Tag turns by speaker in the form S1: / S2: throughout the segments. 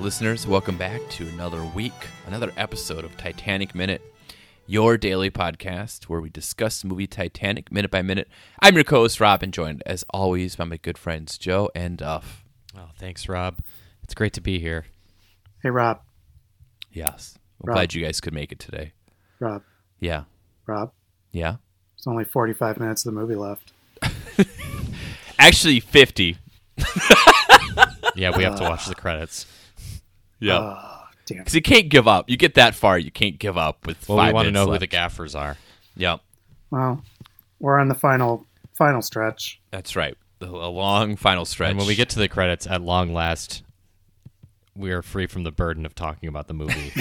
S1: Listeners, welcome back to another week, another episode of Titanic Minute, your daily podcast where we discuss the movie Titanic minute by minute. I'm your co host, Rob, and joined as always by my good friends, Joe and Duff.
S2: Oh, thanks, Rob. It's great to be here.
S3: Hey, Rob.
S1: Yes. I'm
S3: Rob.
S1: glad you guys could make it today.
S3: Rob.
S1: Yeah.
S3: Rob.
S1: Yeah.
S3: It's only 45 minutes of the movie left.
S1: Actually, 50.
S2: Yeah, we have to watch the credits.
S1: Yeah.
S2: Uh.
S3: Oh, damn.
S1: Because you can't give up. You get that far, you can't give up with
S2: Well,
S1: five
S2: we want to
S1: minutes
S2: know who
S1: left.
S2: the gaffers are.
S1: Yeah.
S3: Well, we're on the final final stretch.
S1: That's right. A a long final stretch.
S2: And when we get to the credits, at long last, we are free from the burden of talking about the movie.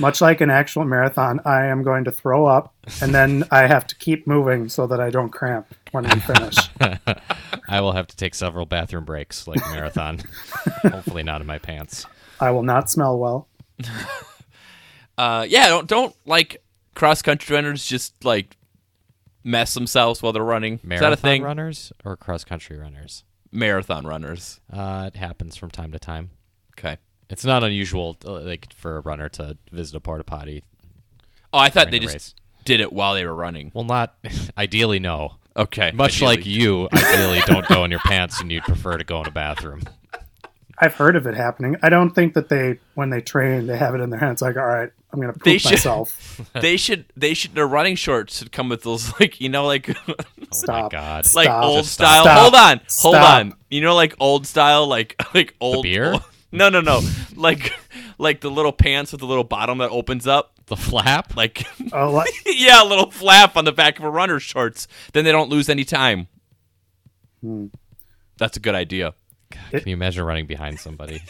S3: Much like an actual marathon, I am going to throw up and then I have to keep moving so that I don't cramp when we finish.
S2: I will have to take several bathroom breaks, like marathon. Hopefully, not in my pants.
S3: I will not smell well.
S1: uh, yeah, don't don't like cross country runners just like mess themselves while they're running.
S2: Marathon
S1: Is that a thing?
S2: runners or cross country runners?
S1: Marathon runners.
S2: Uh, it happens from time to time.
S1: Okay.
S2: It's not unusual, uh, like for a runner to visit a porta potty.
S1: Oh, I thought
S2: During
S1: they
S2: the
S1: just
S2: race.
S1: did it while they were running.
S2: Well, not ideally, no.
S1: Okay.
S2: Much
S1: ideally.
S2: like you, ideally don't go in your pants and you'd prefer to go in a bathroom.
S3: I've heard of it happening. I don't think that they, when they train, they have it in their hands like, all right, I'm going to
S1: They
S3: poop
S1: should-
S3: myself.
S1: they should they should their running shorts should come with those like you know like
S2: Oh my
S3: Stop.
S2: god.
S1: like
S3: Stop.
S1: old
S3: Just
S1: style.
S3: stop.
S1: Hold on, hold
S3: Stop.
S1: on. You know, like old style, like like old
S2: beer?
S1: No, no, no. like like the little pants with the little bottom that opens up.
S2: the flap?
S1: Like
S3: oh, what?
S1: yeah, a little flap on the back of a runner's shorts. Then they don't lose any time.
S2: Hmm.
S1: That's a good idea.
S2: Can you imagine running behind somebody?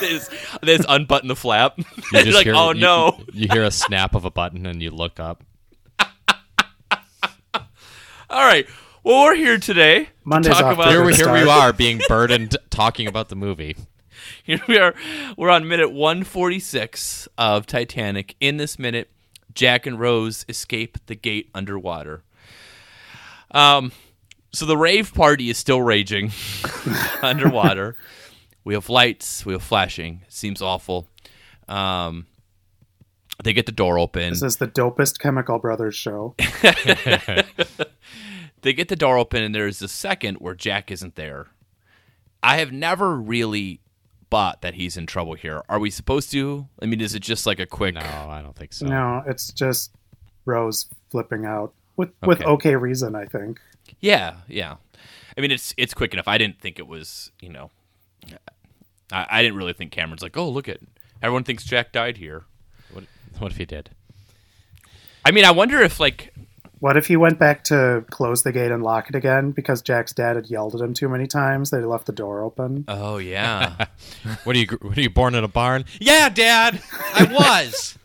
S1: they, just, they just unbutton the flap.
S2: You
S1: You're like,
S2: hear-
S1: oh
S2: you-
S1: no.
S2: You hear a snap of a button and you look up.
S1: All right. Well, we're here today. to
S3: Monday's
S1: talk
S3: off
S1: about
S3: to a
S2: Here,
S3: good
S2: we- here
S3: start.
S2: we are being burdened talking about the movie.
S1: Here we are. We're on minute 146 of Titanic. In this minute, Jack and Rose escape the gate underwater. Um, so the rave party is still raging underwater. we have lights, we have flashing. Seems awful. Um, they get the door open.
S3: This is the dopest Chemical Brothers show.
S1: they get the door open and there's a second where Jack isn't there. I have never really bought that he's in trouble here. Are we supposed to? I mean, is it just like a quick
S2: No, I don't think so.
S3: No, it's just Rose flipping out with with
S1: Okay.
S3: okay reason, I think.
S1: Yeah, yeah. I mean, it's it's quick enough. I didn't think it was, you know, I, I didn't really think Cameron's like, oh, look at everyone thinks Jack died here.
S2: What, what if he did?
S1: I mean, I wonder if like,
S3: What if he went back to close the gate and lock it again because Jack's dad had yelled at him too many times that he left the door open?
S1: oh yeah,
S2: What are you? What are you born in a barn? Yeah, Dad, I was.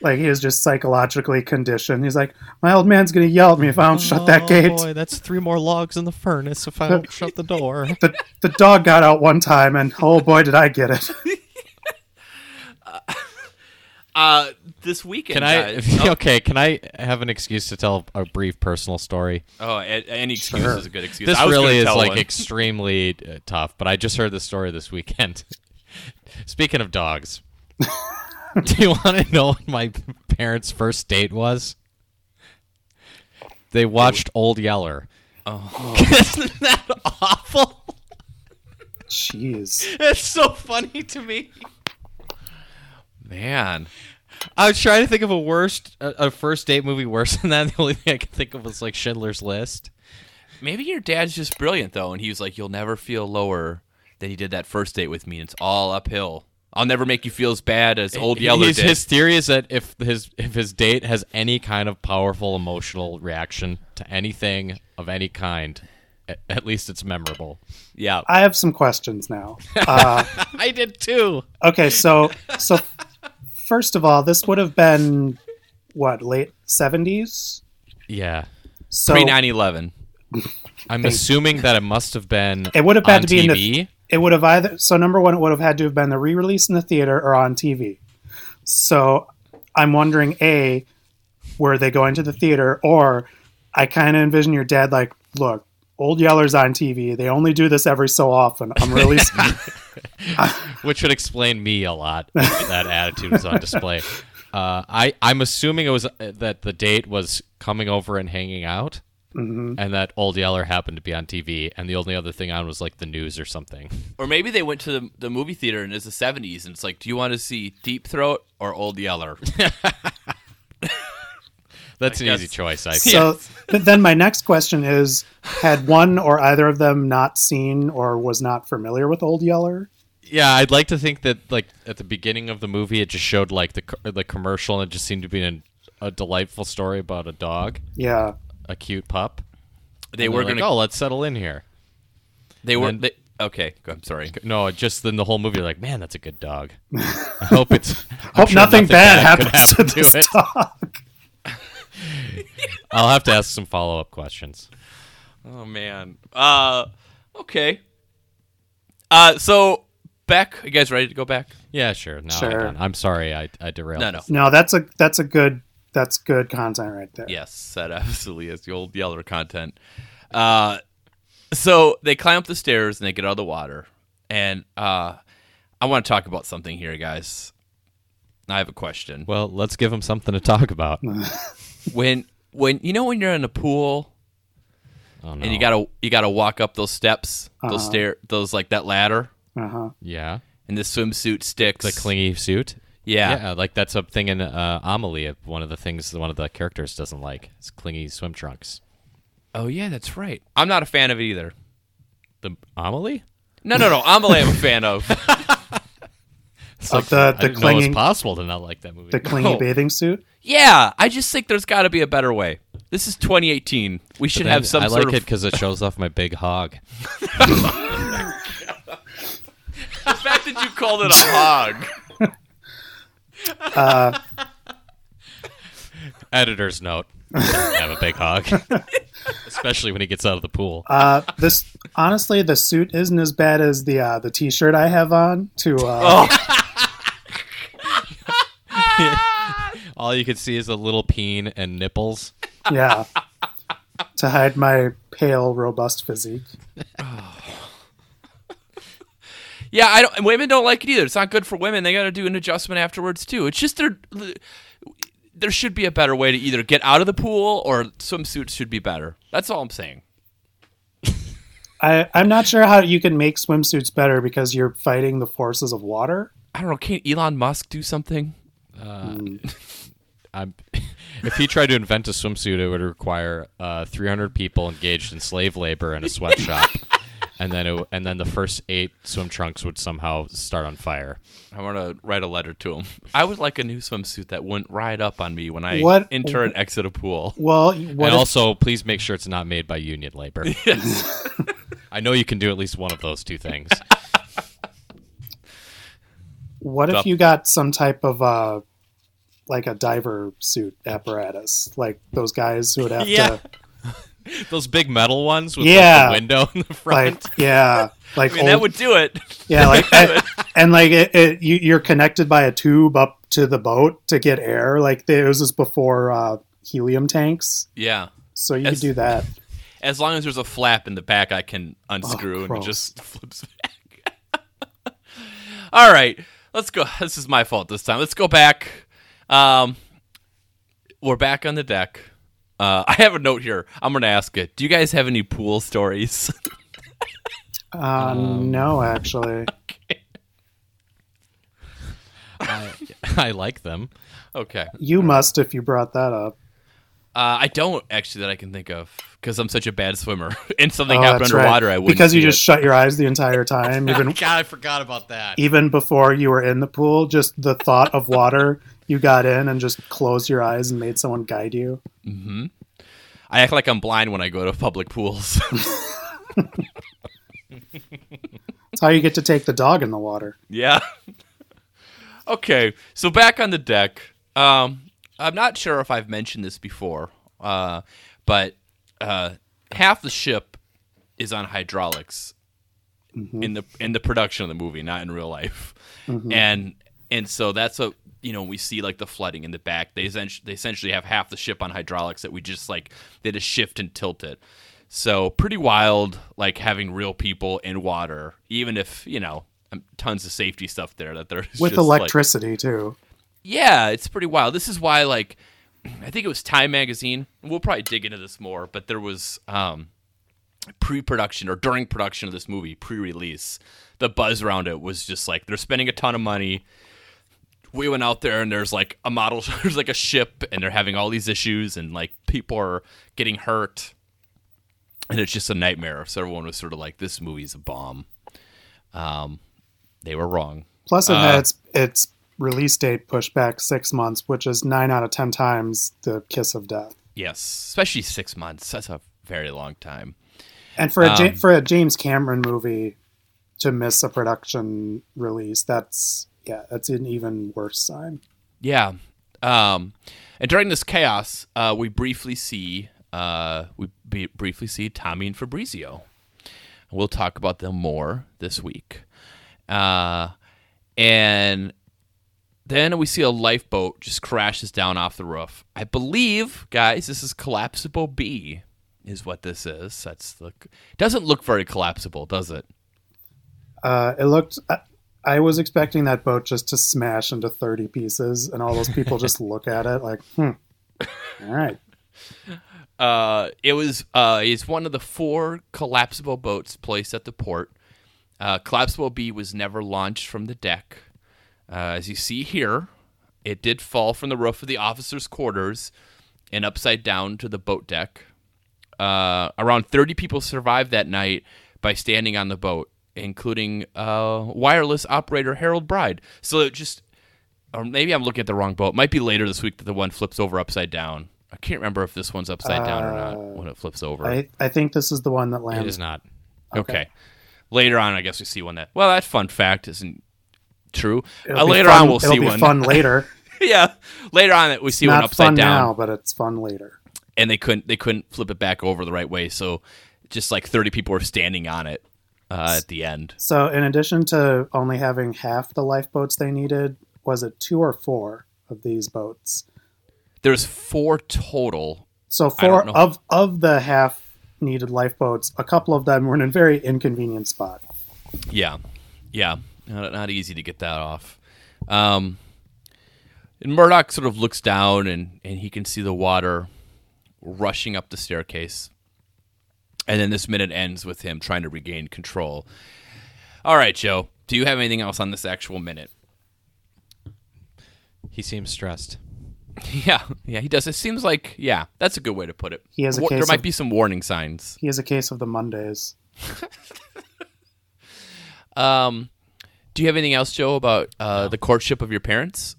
S3: Like he was just psychologically conditioned. He's like, my old man's gonna yell at me if I don't shut that gate.
S2: Oh, Boy, that's three more logs in the furnace if I don't shut the door.
S3: The the dog got out one time, and oh boy, did I get it!
S1: uh, this weekend.
S2: Can I?
S1: guys- oh,
S2: Okay, can I have an excuse to tell a brief personal story?
S1: oh, a- any excuse
S3: Sure.
S1: is a good excuse.
S2: This
S1: I was
S2: really
S1: gonna
S2: is
S1: tell
S2: like
S1: one.
S2: extremely uh, tough, but I just heard the story this weekend. Speaking of dogs, do you want to know what my parents' first date was? They Oh. watched Old Yeller.
S1: isn't that awful?
S3: Jeez,
S2: It's so funny to me.
S1: Man,
S2: I was trying to think of a worst, a, a first date movie worse than that. The only thing I could think of was like Schindler's List.
S1: maybe your dad's just brilliant though, and he was like, "You'll never feel lower than you did that first date with me. and It's all uphill. I'll never make you feel as bad as old Yeller
S2: His,
S1: did."
S2: his theory is that if his if his date has any kind of powerful emotional reaction to anything of any kind, at, at least it's memorable.
S1: yeah.
S3: I have some questions now. Uh,
S2: I did too.
S3: okay, so so first of all, this would have been what late seventies.
S2: Yeah,
S3: So
S1: Pre 9 11.
S2: I'm assuming that it must have been.
S3: It would have
S2: on
S3: had to be in
S2: TV.
S3: the. It would have either so number one, it would have had to have been the re-release in the theater or on TV. So I'm wondering, a, were they going to the theater, or I kind of envision your dad like, look, Old Yeller's on TV. They only do this every so often. I'm really,
S2: which would explain me a lot. if that attitude was on display. Uh, I I'm assuming it was uh, that the date was coming over and hanging out,
S3: Mm-hmm.
S2: and that Old Yeller happened to be on TV, and the only other thing on was like the news or something.
S1: Or maybe they went to the, the movie theater and it's the 70s and it's like, do you want to see Deep Throat or Old Yeller?
S2: That's an
S1: guess-
S2: easy choice. I think.
S3: so. But then my next question is: Had one or either of them not seen or was not familiar with Old Yeller?
S2: yeah, I'd like to think that like at the beginning of the movie, it just showed like the co- the commercial, and it just seemed to be an, a delightful story about a dog,
S3: Yeah,
S2: a cute pup.
S1: They
S2: And
S1: were
S2: they're
S1: going
S2: like,
S1: to.
S2: oh, let's settle in here.
S1: They were.
S2: then-
S1: They, okay, go- I'm sorry.
S2: No, just then the whole movie, like, man, that's a good dog. I hope it's. I'm
S3: hope
S2: sure
S3: nothing, bad,
S2: could
S3: happens
S2: happen
S3: to this dog.
S2: I'll have to ask some follow up questions.
S1: Oh, man. Uh, okay. Uh, so, back. You guys ready to go back?
S2: Yeah, sure. No,
S3: Sure.
S2: I don't. I'm sorry, I, I derailed.
S1: No, no.
S2: this.
S3: No, that's a that's a good that's good content right there.
S1: Yes, that absolutely is the old Yeller content. Uh, so they climb up the stairs and they get out of the water. And uh, I want to talk about something here, guys. I have a question.
S2: Well, let's give him something to talk about.
S1: When when you know when you're in a pool
S2: Oh, no. Uh-huh.
S1: and you gotta you gotta walk up those steps, those stair, those like that ladder,
S3: Uh huh.
S2: yeah,
S1: and the swimsuit sticks.
S2: the clingy suit.
S1: Yeah.
S2: like that's a thing in uh, Amelie. One of the things one of the characters doesn't like is clingy swim trunks.
S1: Oh yeah, that's right. I'm not a fan of it either.
S2: The Amelie?
S1: No, no, no. I'm a fan of.
S2: It's
S3: Of the-
S2: I
S3: the
S2: didn't know it was
S3: clinging-
S2: possible to not like that movie.
S3: The clingy
S1: No.
S3: bathing suit.
S1: Yeah, I just think there's got to be a better way. This is 2018. We should
S2: Then
S1: have some
S2: I
S1: sort
S2: like
S1: of
S2: it because it shows off my big hog.
S1: The fact that you called it a hog.
S2: Editor's note: Doesn't have a big hog, especially when he gets out of the pool.
S3: Uh, this honestly, the suit isn't as bad as the uh, the t-shirt I have on. To uh,
S1: Oh,
S2: All you can see is a little peen and nipples.
S3: yeah, to hide my pale, robust physique.
S1: yeah. I don't. Women don't like it either. It's not good for women. They got to do an adjustment afterwards too. It's just there. There should be a better way to either get out of the pool or swimsuits should be better. That's all I'm saying.
S3: I I'm not sure how you can make swimsuits better because you're fighting the forces of water.
S1: I don't know. Can't Elon Musk do something?
S2: I'm, if he tried to invent a swimsuit, it would require uh, 300 people engaged in slave labor in a sweatshop, and then it, w- and then the first eight swim trunks would somehow start on fire.
S1: I want to write a letter to him. I would like a new swimsuit that wouldn't ride up on me when I
S3: What-
S1: enter and exit a pool.
S3: Well, what
S2: and
S3: if,
S2: also, please make sure it's not made by union labor. I know you can do at least one of those two things.
S3: what if
S1: Stop.
S3: you got some type of uh, like a diver suit apparatus, like those guys who would have
S2: Yeah.
S3: to
S2: Those big metal ones with like,
S3: Yeah.
S2: the window in the front.
S3: like yeah, like
S1: I mean, that
S3: old-
S1: would do it.
S3: Yeah, like and, and, like it, it, you, you're connected by a tube up to the boat to get air. Like there was this before uh, helium tanks,
S1: Yeah.
S3: so you
S1: Yes.
S3: could do that.
S1: As long as there's a flap in the back, I can unscrew and it
S3: Oh, gross.
S1: just flips back. All right, let's go. This is my fault this time. Let's go back. Um, we're back on the deck. Uh, I have a note here. I'm gonna ask it. Do you guys have any pool stories?
S3: Uh,
S1: Um,
S3: no, actually,
S2: I, I like them.
S1: okay.
S3: you must if you brought that up.
S1: Uh, I don't actually that I can think of because I'm such a bad swimmer. and something
S3: Oh,
S1: happened
S3: that's
S1: underwater,
S3: right.
S1: I wouldn't.
S3: because you
S1: see
S3: just
S1: it.
S3: shut your eyes the entire time, even
S2: God, I forgot about that.
S3: even before you were in the pool. Just the thought of water, you got in and just closed your eyes and made someone guide you.
S1: I act like I'm blind when I go to public pools.
S3: That's how you get to take the dog in the water.
S1: Yeah. okay, so back on the deck. Um, I'm not sure if I've mentioned this before, uh, but uh, half the ship is on hydraulics in the in the production of the movie, not in real life. And and so that's a you know we see like the flooding in the back. They essentially, they essentially have half the ship on hydraulics that we just like they just shift and tilt it. So pretty wild, like having real people in water, even if you know um, tons of safety stuff there that there's
S3: with
S1: just, like-
S3: electricity too.
S1: yeah, it's pretty wild. This is why, like, I think it was Time Magazine. We'll probably dig into this more, but there was um, pre-production or during production of this movie, pre-release, the buzz around it was just like they're spending a ton of money. We went out there and there's like a model, there's like a ship, and they're having all these issues, and like people are getting hurt, and it's just a nightmare. So everyone was sort of like, "This movie's a bomb." Um, they were wrong.
S3: Plus, it
S1: Uh,
S3: had its, its release date pushed back six months, which is nine out of ten times the kiss of death.
S1: Yes, especially six months. That's a very long time.
S3: And for a
S1: Um,
S3: Ja- for a James Cameron movie to miss a production release, that's yeah, that's an even worse sign.
S1: Yeah. Um, and during this chaos, uh, we briefly see uh, we b- briefly see Tommy and Fabrizio. We'll talk about them more this week. Uh, and then we see a lifeboat just crashes down off the roof. I believe, guys, this is collapsible B, is what this is. That's the doesn't look very collapsible, does it?
S3: Uh, it looked. I, I was expecting that boat just to smash into thirty pieces, and all those people just look at it like, hmm. All right.
S1: Uh, it was uh, it's one of the four collapsible boats placed at the port. Uh, collapsible B was never launched from the deck. Uh, as you see here, it did fall from the roof of the officers' quarters and upside down to the boat deck. Uh, around 30 people survived that night by standing on the boat, including uh, wireless operator Harold Bride. So it just or maybe I'm looking at the wrong boat. It might be later this week that the one flips over upside down. I can't remember if this one's upside down or not when it flips over.
S3: I, I think this is the one that
S2: It
S3: lands.
S2: is not.
S1: okay. Later on, I guess we see one that. Well, that fun fact isn't true.
S3: It'll
S1: Uh,
S3: be
S1: later
S3: fun-
S1: on, we'll
S3: it'll
S1: see
S3: be
S1: one.
S3: Fun later.
S1: yeah, later on that we see one
S3: Not
S1: upside
S3: fun
S1: down,
S3: now, but it's fun later.
S1: and they couldn't they couldn't flip it back over the right way. So just like 30 people were standing on it uh, at the end.
S3: So, in addition to only having half the lifeboats they needed, was it two or four of these boats?
S1: There's four total.
S3: So,
S1: I don't
S3: four
S1: know.
S3: of of the half needed lifeboats, a couple of them were in a very inconvenient spot.
S1: Yeah, yeah, not, not easy to get that off. Um, and Murdoch sort of looks down, and and he can see the water rushing up the staircase. And then this minute ends with him trying to regain control. All right, Joe, do you have anything else on this actual minute?
S2: He seems stressed.
S1: Yeah, yeah, he does. It seems like yeah, that's a good way to put it.
S3: He has a
S1: Wa- there
S3: case
S1: might
S3: of-
S1: be some warning signs.
S3: He is a case of the Mondays.
S1: Um, do you have anything else, Joe, about uh, the courtship of your parents?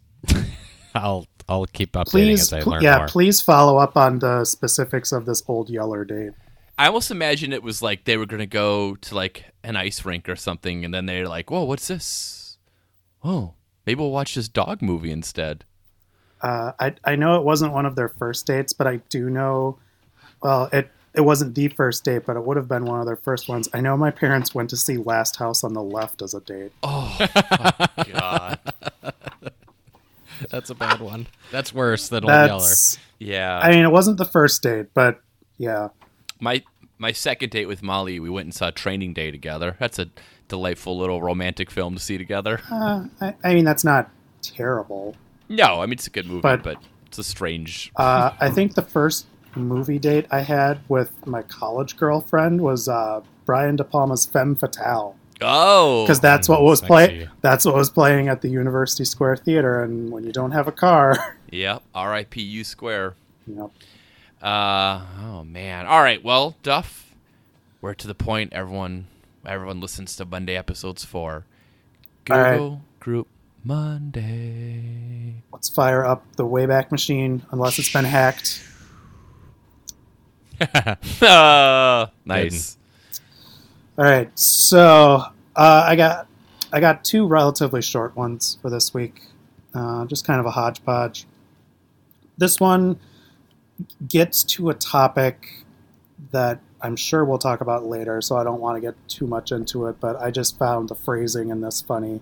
S2: I'll I'll keep updating
S3: Please,
S2: as I
S3: pl-
S2: learn
S3: yeah,
S2: more.
S3: please follow up on the specifics of this old Yeller date.
S1: I almost imagine it was like they were gonna go to like an ice rink or something, and then they're like, "Whoa, what's this? Oh, maybe we'll watch this dog movie instead."
S3: Uh, I I know it wasn't one of their first dates, but I do know. Well, it it wasn't the first date, but it would have been one of their first ones. I know my parents went to see Last House on the Left as a date.
S1: God,
S2: That's a bad one. That's worse than old Yeller.
S3: That's
S1: yeah.
S3: I mean, it wasn't the first date, but yeah,
S1: my my second date with Molly, we went and saw Training Day together. That's a delightful little romantic film to see together.
S3: uh, I, I mean that's not terrible.
S1: No, I mean it's a good movie, but,
S3: But-
S1: it's a strange.
S3: Uh, I think the first movie date I had with my college girlfriend was uh, Brian De Palma's Femme Fatale
S1: Oh,
S3: because that's what was
S2: sexy.
S3: play that's what was playing at the University Square Theater, and when you don't have a car,
S1: yeah. R.I.P. U Square.
S3: you know.
S1: Uh, oh man. All right. Well, Duff, we're to the point. Everyone, everyone listens to Monday episodes for
S3: All right.
S1: Google Group Monday.
S3: Let's fire up the Wayback Machine, unless it's been hacked.
S1: uh, nice.
S3: All right, so uh, I got I got two relatively short ones for this week, uh, just kind of a hodgepodge. This one gets to a topic that I'm sure we'll talk about later, so I don't want to get too much into it, but I just found the phrasing in this funny.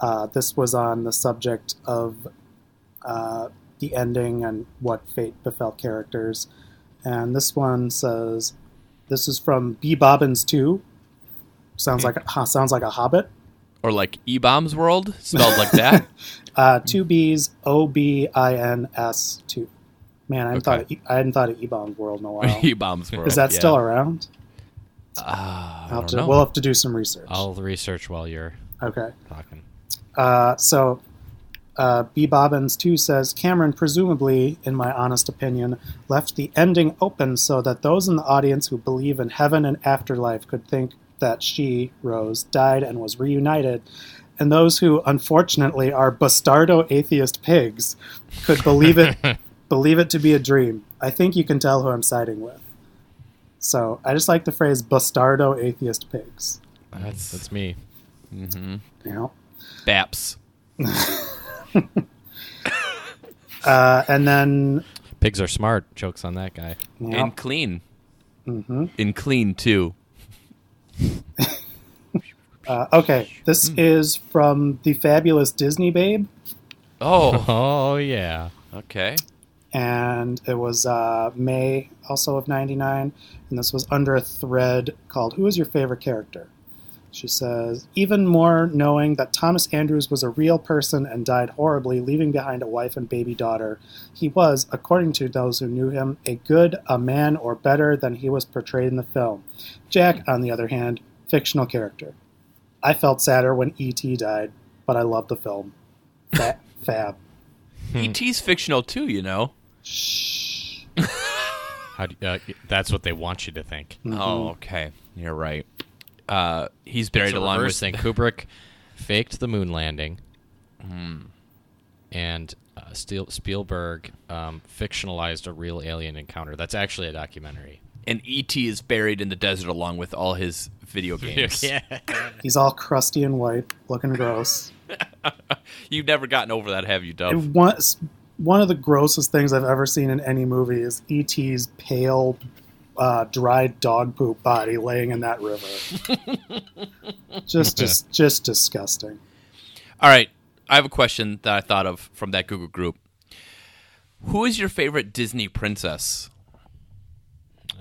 S3: Uh, this was on the subject of uh, the ending and what fate befell characters. And this one says, "This is from B. Bobbins Two. Sounds
S1: Hmm.
S3: like a, sounds like a Hobbit.
S1: Or like E Bombs World, spelled like that.
S3: Uh, two
S1: Hmm.
S3: B's O B I N S two. Man, I hadn't thought of, E- I hadn't thought of E Bombs World in a while.
S1: e Bombs World.
S3: Is that
S1: yeah.
S3: still around?
S1: Ah, I
S3: I'll have
S1: don't
S3: to,
S1: know.
S3: we'll have to do some research.
S2: I'll research while you're
S3: Okay.
S2: talking.
S3: Uh, so, uh, B. Bobbins too says Cameron, presumably, in my honest opinion, left the ending open so that those in the audience who believe in heaven and afterlife could think that she, Rose, died and was reunited, and those who, unfortunately, are bastardo atheist pigs, could believe it believe it to be a dream. I think you can tell who I'm siding with. So, I just like the phrase bastardo atheist pigs.
S2: That's that's me.
S3: You know.
S1: Mm-hmm. Baps.
S3: Uh, and then
S2: Pigs are smart. Jokes on that guy.
S3: you know,
S1: And clean.
S3: Mm-hmm.
S1: And clean, too.
S3: Uh, okay, this is from the fabulous Disney Babe,
S1: Oh,
S2: Oh yeah.
S1: okay.
S3: and it was uh, May also of '99, and this was under a thread called "Who is your favorite character?" She says, even more knowing that Thomas Andrews was a real person and died horribly, leaving behind a wife and baby daughter, he was, according to those who knew him, a good, a man, or better than he was portrayed in the film. Jack, on the other hand, fictional character. I felt sadder when E.T. died, but I loved the film. Fa- fab.
S1: E.T.'s E fictional, too, you know.
S3: Shh.
S2: How do, uh, that's what they want you to think.
S1: Oh, okay. You're right. Uh, he's buried
S2: It's a
S1: along with
S2: reverse thing. Kubrick faked the moon landing, and uh, Steel- Spielberg um, fictionalized a real alien encounter. That's actually a documentary.
S1: and ET is buried in the desert along with all his video games.
S3: He's all crusty and white, looking gross.
S1: You've never gotten over that, have you,
S3: It
S1: Dove?
S3: was one of the grossest things I've ever seen in any movie is E.T.'s pale, uh, dried dog poop body laying in that river. just, just, just disgusting.
S1: All right, I have a question that I thought of from that Google group. Who is your favorite Disney princess?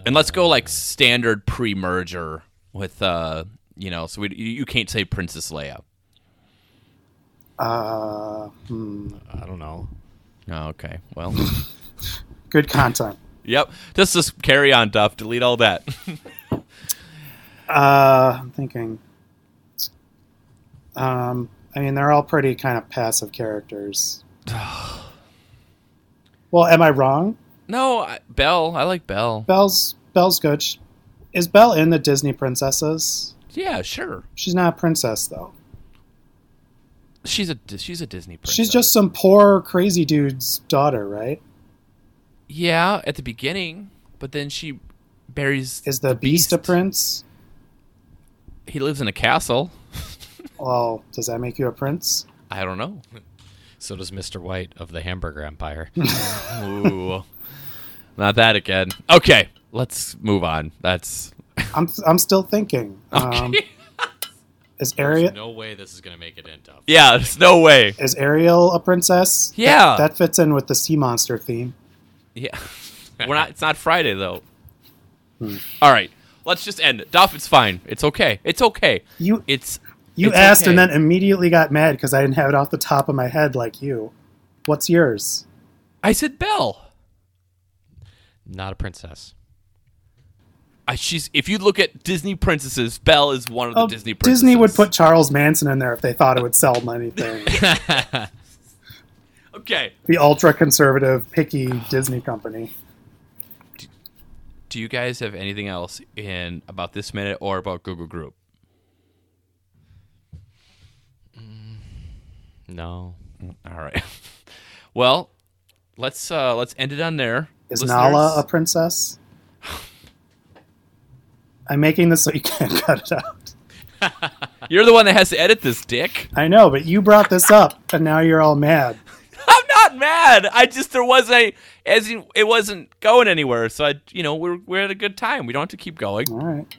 S1: And let's go like standard pre-merger with uh, you know, so we, you you can't say Princess Leia.
S3: Uh, hmm.
S2: I don't know.
S1: Oh, okay. Well,
S3: Good content.
S1: yep. Just just carry on, Duff. Delete all that.
S3: Uh, I'm thinking. Um, I mean, they're all pretty kind of passive characters. well, am I wrong?
S1: no, I, Belle. I like Belle.
S3: Belle's Belle's good. Sh- Is Belle in the Disney princesses?
S1: Yeah, sure.
S3: She's not a princess though.
S1: She's a Dis- she's a Disney princess.
S3: She's just some poor crazy dude's daughter, right?
S1: Yeah, at the beginning, but then she buries.
S3: Is the, beast. a prince?
S1: He lives in a castle.
S3: Well, does that make you a prince?
S1: I don't know.
S2: So does Mr. White of the Hamburger Empire.
S1: Ooh, not that again. Okay, let's move on. That's
S3: I'm I'm still thinking. Um, is Ariel
S2: no way this is gonna make it in tough.
S1: yeah. There's no way.
S3: is Ariel a princess?
S1: Yeah.
S3: that fits in with the sea monster theme.
S1: Yeah, we're not. It's not Friday though.
S3: Hmm.
S1: All right, let's just end it. Duff, it's fine. It's okay. It's okay.
S3: You
S1: It's
S3: you
S1: it's
S3: asked and
S1: okay.
S3: then immediately got mad because I didn't have it off the top of my head like you. What's yours?
S1: I said Belle.
S2: Not a princess.
S1: I, she's if you look at Disney princesses, Belle is one of the
S3: Oh,
S1: Disney princesses.
S3: Disney would put Charles Manson in there if they thought it would sell them anything.
S1: Okay.
S3: the ultra conservative, picky Disney company.
S1: Do you guys have anything else in about this minute or about Google Group?
S2: No.
S1: All right. Well, let's uh let's end it on there.
S3: Is
S1: Listeners-
S3: Nala a princess? I'm making this so you can't cut it out.
S1: You're the one that has to edit this, Dick.
S3: I know, but you brought this up, and now you're all mad.
S1: I'm not not mad. I just there wasn't any, as in, it wasn't going anywhere. So I, you know, we're we're at a good time. We don't have to keep going.
S3: All right.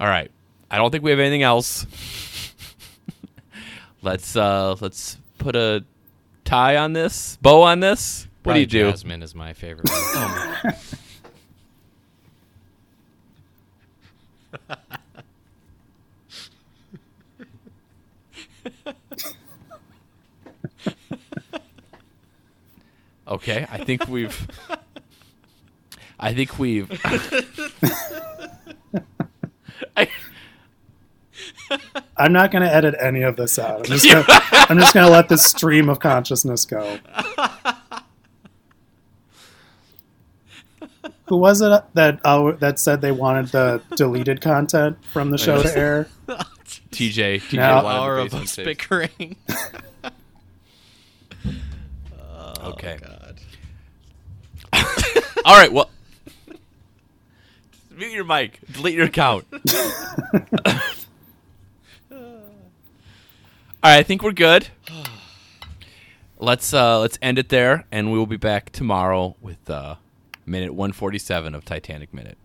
S1: All right. I don't think we have anything else. let's uh let's put a tie on this, bow on this. What
S2: Probably
S1: do you do?
S2: Jasmine is my favorite.
S1: Okay, I think we've. I think we've. I,
S3: I'm not going to edit any of this out. I'm just gonna, I'm just going to let this stream of consciousness go. Who was it that uh, that said they wanted the deleted content from the show to air?
S1: TJ, TJ,
S3: Now-
S1: wanted the
S2: Hour of
S1: basement
S2: us
S1: tapes.
S2: bickering.
S1: Okay.
S2: God.
S1: All right. Well, mute your mic. Delete your account. All right. I think we're good. Let's uh let's end it there, and we will be back tomorrow with uh minute one forty seven of Titanic minute.